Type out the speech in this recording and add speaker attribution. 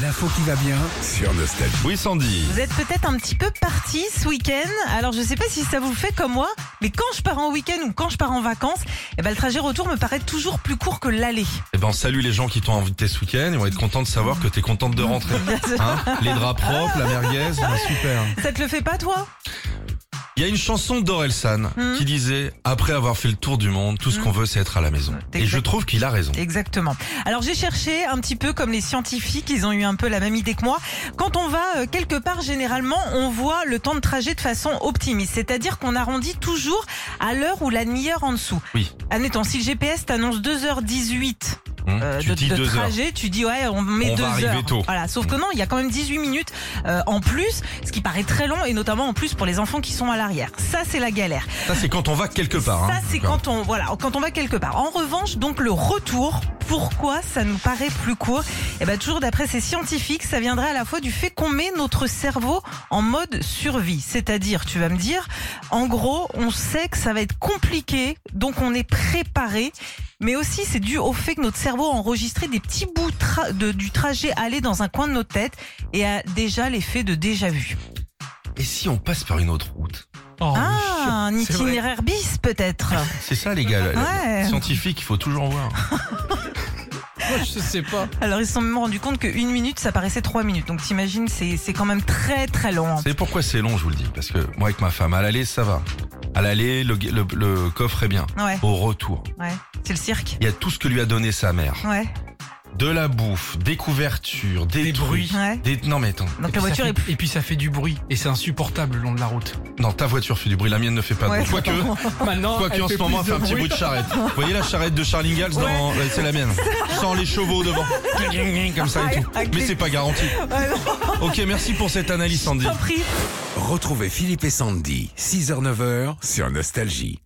Speaker 1: L'info qui va bien.
Speaker 2: sur Nostalgie.
Speaker 3: Oui, Sandy.
Speaker 4: Vous êtes peut-être un petit peu parti ce week-end. Alors, je ne sais pas si ça vous le fait comme moi, mais quand je pars en week-end ou quand je pars en vacances, eh ben, le trajet retour me paraît toujours plus court que l'aller.
Speaker 3: Eh ben, salut les gens qui t'ont invité ce week-end. Ils vont être contents de savoir que t'es contente de rentrer. Hein les draps propres, la merguez, bah, super.
Speaker 4: Ça te le fait pas, toi
Speaker 3: Il y a une chanson d'Orelsan
Speaker 4: Mhm.
Speaker 3: qui disait Après avoir fait le tour du monde, tout ce qu'on veut, c'est être à la maison.
Speaker 4: Ouais,
Speaker 3: Et je
Speaker 4: Hmm. exact.
Speaker 3: trouve qu'il a raison.
Speaker 4: Exactement. Alors, j'ai cherché un petit peu comme les scientifiques, ils ont eu un peu la même idée que moi. Quand on va euh, quelque part, généralement, on voit le temps de trajet de façon optimiste, c'est-à-dire qu'on arrondit toujours à l'heure ou la demi-heure en dessous.
Speaker 3: Oui.
Speaker 4: Admettons, si le GPS t'annonce 2h18
Speaker 3: Hein
Speaker 4: euh,
Speaker 3: tu
Speaker 4: de,
Speaker 3: dis
Speaker 4: de
Speaker 3: deux heures.
Speaker 4: trajet, tu dis ouais, on met
Speaker 3: On
Speaker 4: deux
Speaker 3: va arriver
Speaker 4: heures.
Speaker 3: tôt.
Speaker 4: Voilà, sauf que non, il y a quand même 18 minutes euh, en plus, ce qui paraît très long et notamment en plus pour les enfants qui sont à l'arrière. Ça c'est la galère.
Speaker 3: Ça, c'est quand on va quelque part.
Speaker 4: ça
Speaker 3: hein.
Speaker 4: c'est quand on voilà, quand on va quelque part. En revanche, donc le retour, pourquoi ça nous paraît plus court Eh ben toujours d'après ces scientifiques, ça viendrait à la fois du fait qu'on met notre cerveau en mode survie, c'est-à-dire tu vas me dire en gros, on sait que ça va être compliqué, donc on est préparé. Mais aussi, c'est dû au fait que notre cerveau a enregistré des petits bouts tra- de- du trajet aller dans un coin de notre tête et a déjà l'effet de déjà vu.
Speaker 3: Et si on passe par une autre route
Speaker 5: Oh,
Speaker 4: ah, un itinéraire bis peut-être.
Speaker 3: C'est ça, les gars.
Speaker 4: Ouais.
Speaker 3: Scientifique, il faut toujours en voir.
Speaker 1: je sais pas.
Speaker 4: Alors ils se sont même rendus compte qu'une minute, ça paraissait trois minutes. Donc t'imagines, c'est c'est quand même très très long. hein.
Speaker 3: Vous savez pourquoi c'est long, je vous le dis Parce que moi, avec ma femme, à l'aller, ça va. À l'aller, le, le- le coffre est bien.
Speaker 4: Ouais,
Speaker 3: Au retour,
Speaker 4: ouais. C'est le cirque.
Speaker 3: il y a tout ce que lui a donné sa mère.
Speaker 4: Ouais,
Speaker 3: De la bouffe, des couvertures, des,
Speaker 5: Des
Speaker 3: bruits.
Speaker 4: ouais.
Speaker 3: Des... Non mais attends,
Speaker 4: Donc
Speaker 5: Et
Speaker 4: la
Speaker 5: puis ça
Speaker 4: voiture
Speaker 5: fait-
Speaker 4: est plus...
Speaker 5: Et puis ça fait du bruit, et c'est insupportable le long de la route.
Speaker 3: non ta voiture fait du bruit, la mienne ne fait pas de
Speaker 4: Ouais,
Speaker 3: bruit. Quoique,
Speaker 4: Oh.
Speaker 5: Maintenant,
Speaker 3: quoique
Speaker 5: elle
Speaker 3: en ce
Speaker 5: fait
Speaker 3: moment elle
Speaker 5: plus
Speaker 3: fait un petit
Speaker 5: de
Speaker 3: bruit de charrette. Vous voyez la charrette de Charles Ingalls dans... ouais, C'est la mienne. Sans les chevaux devant. Comme ça et tout.
Speaker 4: Avec
Speaker 3: Mais
Speaker 4: les-
Speaker 3: c'est pas garanti.
Speaker 4: Ouais, non,
Speaker 3: Ok, merci pour cette analyse Sandy.
Speaker 4: t'as pris.
Speaker 2: Retrouvez Philippe et Sandy, 6h-9h sur Nostalgie.